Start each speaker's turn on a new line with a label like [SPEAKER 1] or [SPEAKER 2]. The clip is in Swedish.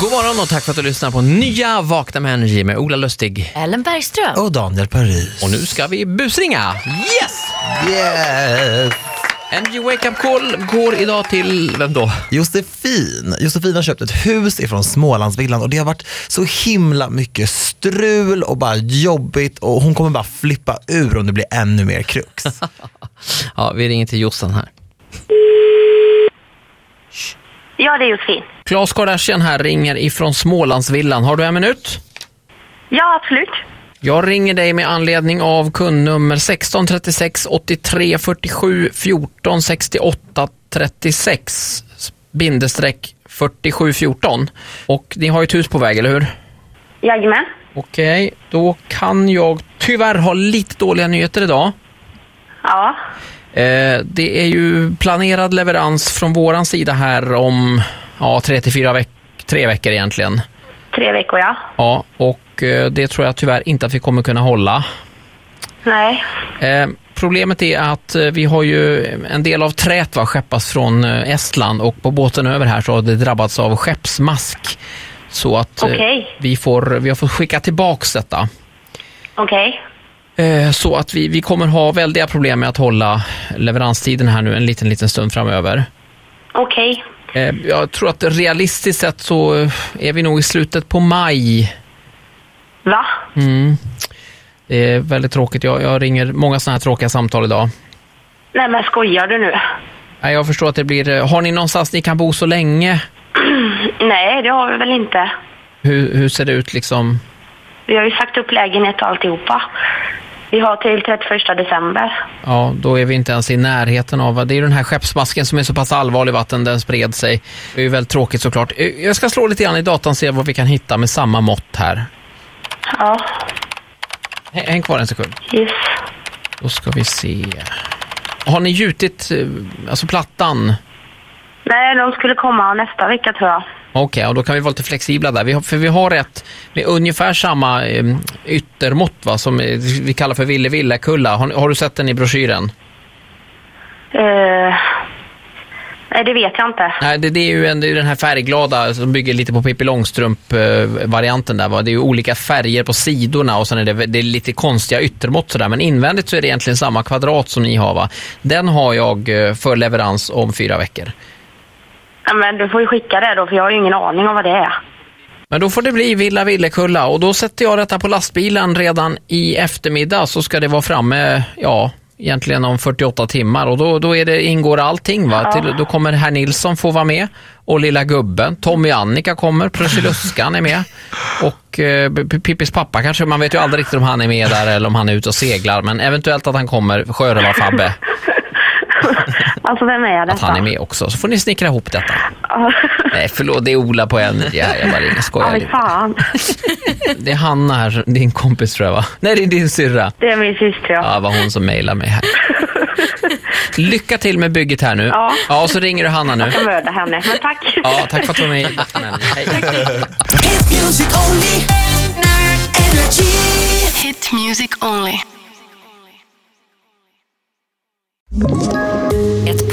[SPEAKER 1] God morgon och tack för att du lyssnar på nya Vakna med Energy med Ola Lustig
[SPEAKER 2] Ellen Bergström.
[SPEAKER 3] Och Daniel Paris.
[SPEAKER 1] och nu ska vi busringa. Yes!
[SPEAKER 3] Yes!
[SPEAKER 1] Energy Wake Up Call går idag till, vem då?
[SPEAKER 3] Josefin. Josefin har köpt ett hus ifrån Smålandsvillan och det har varit så himla mycket strul och bara jobbigt och hon kommer bara flippa ur om det blir ännu mer krux.
[SPEAKER 1] Ja, vi ringer till Jossan här.
[SPEAKER 4] Ja, det är Josefin.
[SPEAKER 1] Klas Kardashian här ringer ifrån Smålandsvillan. Har du en minut?
[SPEAKER 4] Ja, absolut.
[SPEAKER 1] Jag ringer dig med anledning av kundnummer 16 36 83 47 14 68 36 bindestreck 47 14. Och ni har ju ett hus på väg, eller hur?
[SPEAKER 4] Jajamän.
[SPEAKER 1] Okej, då kan jag tyvärr ha lite dåliga nyheter idag.
[SPEAKER 4] Ja.
[SPEAKER 1] Eh, det är ju planerad leverans från våran sida här om ja, 3 till 4 veck tre veckor egentligen.
[SPEAKER 4] Tre veckor, ja.
[SPEAKER 1] Ja, och eh, det tror jag tyvärr inte att vi kommer kunna hålla.
[SPEAKER 4] Nej.
[SPEAKER 1] Eh, problemet är att eh, vi har ju en del av träet va, skeppas från eh, Estland och på båten över här så har det drabbats av skeppsmask. Så att eh,
[SPEAKER 4] Okej.
[SPEAKER 1] vi, får, vi har fått skicka tillbaks detta.
[SPEAKER 4] Okej.
[SPEAKER 1] Eh, så att vi, vi kommer ha väldiga problem med att hålla leveranstiden här nu en liten, liten stund framöver.
[SPEAKER 4] Okej.
[SPEAKER 1] Eh, jag tror att realistiskt sett så eh, är vi nog i slutet på maj Mm.
[SPEAKER 4] Va?
[SPEAKER 1] det är väldigt tråkigt. Jag, jag ringer många sådana här tråkiga samtal idag.
[SPEAKER 4] Nej, men skojar du nu?
[SPEAKER 1] Nej, Jag förstår att det blir... eh, Har ni någonstans ni kan bo så länge?
[SPEAKER 4] Nej, det har vi väl inte.
[SPEAKER 1] Hur, hur ser det ut liksom?
[SPEAKER 4] Vi har ju sagt upp lägenhet och alltihopa. Vi har till 31 december.
[SPEAKER 1] Ja, då är vi inte ens i närheten av... Det är ju den här skeppsmasken som är så pass allvarlig att den, den spred sig. Det är ju väldigt tråkigt såklart. Eh, Jag ska slå lite grann i datan och se vad vi kan hitta med samma mått här.
[SPEAKER 4] Ja,
[SPEAKER 1] H- Häng kvar en sekund.
[SPEAKER 4] yes.
[SPEAKER 1] Då ska vi se. Har ni gjutit eh, alltså plattan?
[SPEAKER 4] Nej, de skulle komma nästa vecka tror jag.
[SPEAKER 1] Okej, och då kan vi vara lite flexibla där. Vi har, för vi har ett med ungefär samma eh, yttermått va, som eh, vi kallar för ville-villa-kulla. Har, ni- har du sett den i broschyren?
[SPEAKER 4] Eh, nej, det vet jag inte.
[SPEAKER 1] Nej, det, det är ju en, det är ju den här färgglada som bygger lite på Pippi Långstrump-varianten där. Va? Det är ju olika färger på sidorna och sen är det, det är lite konstiga yttermått sådär. Men invändigt så är det egentligen samma kvadrat som ni har va. Den har jag eh, för leverans om fyra veckor.
[SPEAKER 4] Ja, men du får ju skicka det då, för jag har ju ingen aning om vad det är.
[SPEAKER 1] Men då får det bli Villa Villekulla och då sätter jag detta på lastbilen redan i eftermiddag så ska det vara framme, ja, egentligen om 48 timmar och då, då är det, ingår allting va. Till, då kommer herr Nilsson få vara med och lilla gubben, Tommy och Annika kommer, Prussiluskan är med och eh, P- P- Pippis pappa kanske, man vet ju aldrig riktigt om han är med där eller om han är ute och seglar men eventuellt att han kommer, Sjörövar-Fabbe,
[SPEAKER 4] Alltså, vem är detta?
[SPEAKER 1] att han är med också. Så får ni snickra ihop detta.
[SPEAKER 4] Ja,
[SPEAKER 1] Nej förlåt, det är Ola på en här, jag bara ringer, skojar
[SPEAKER 4] Aj,
[SPEAKER 1] lite.
[SPEAKER 4] fan.
[SPEAKER 1] Det är Hanna här, din kompis tror jag va? Nej, det är din syrra.
[SPEAKER 4] Det är min syster, ja.
[SPEAKER 1] Ja, det var hon som mejlade mig här. Lycka till med bygget här nu.
[SPEAKER 4] Ja.
[SPEAKER 1] ja och så ringer du Hanna nu.
[SPEAKER 4] Jag mördar henne, men tack.
[SPEAKER 1] Ja, tack för att du var med. Hej.
[SPEAKER 5] Hit music only. Energy.
[SPEAKER 6] Hit music only.
[SPEAKER 2] Ett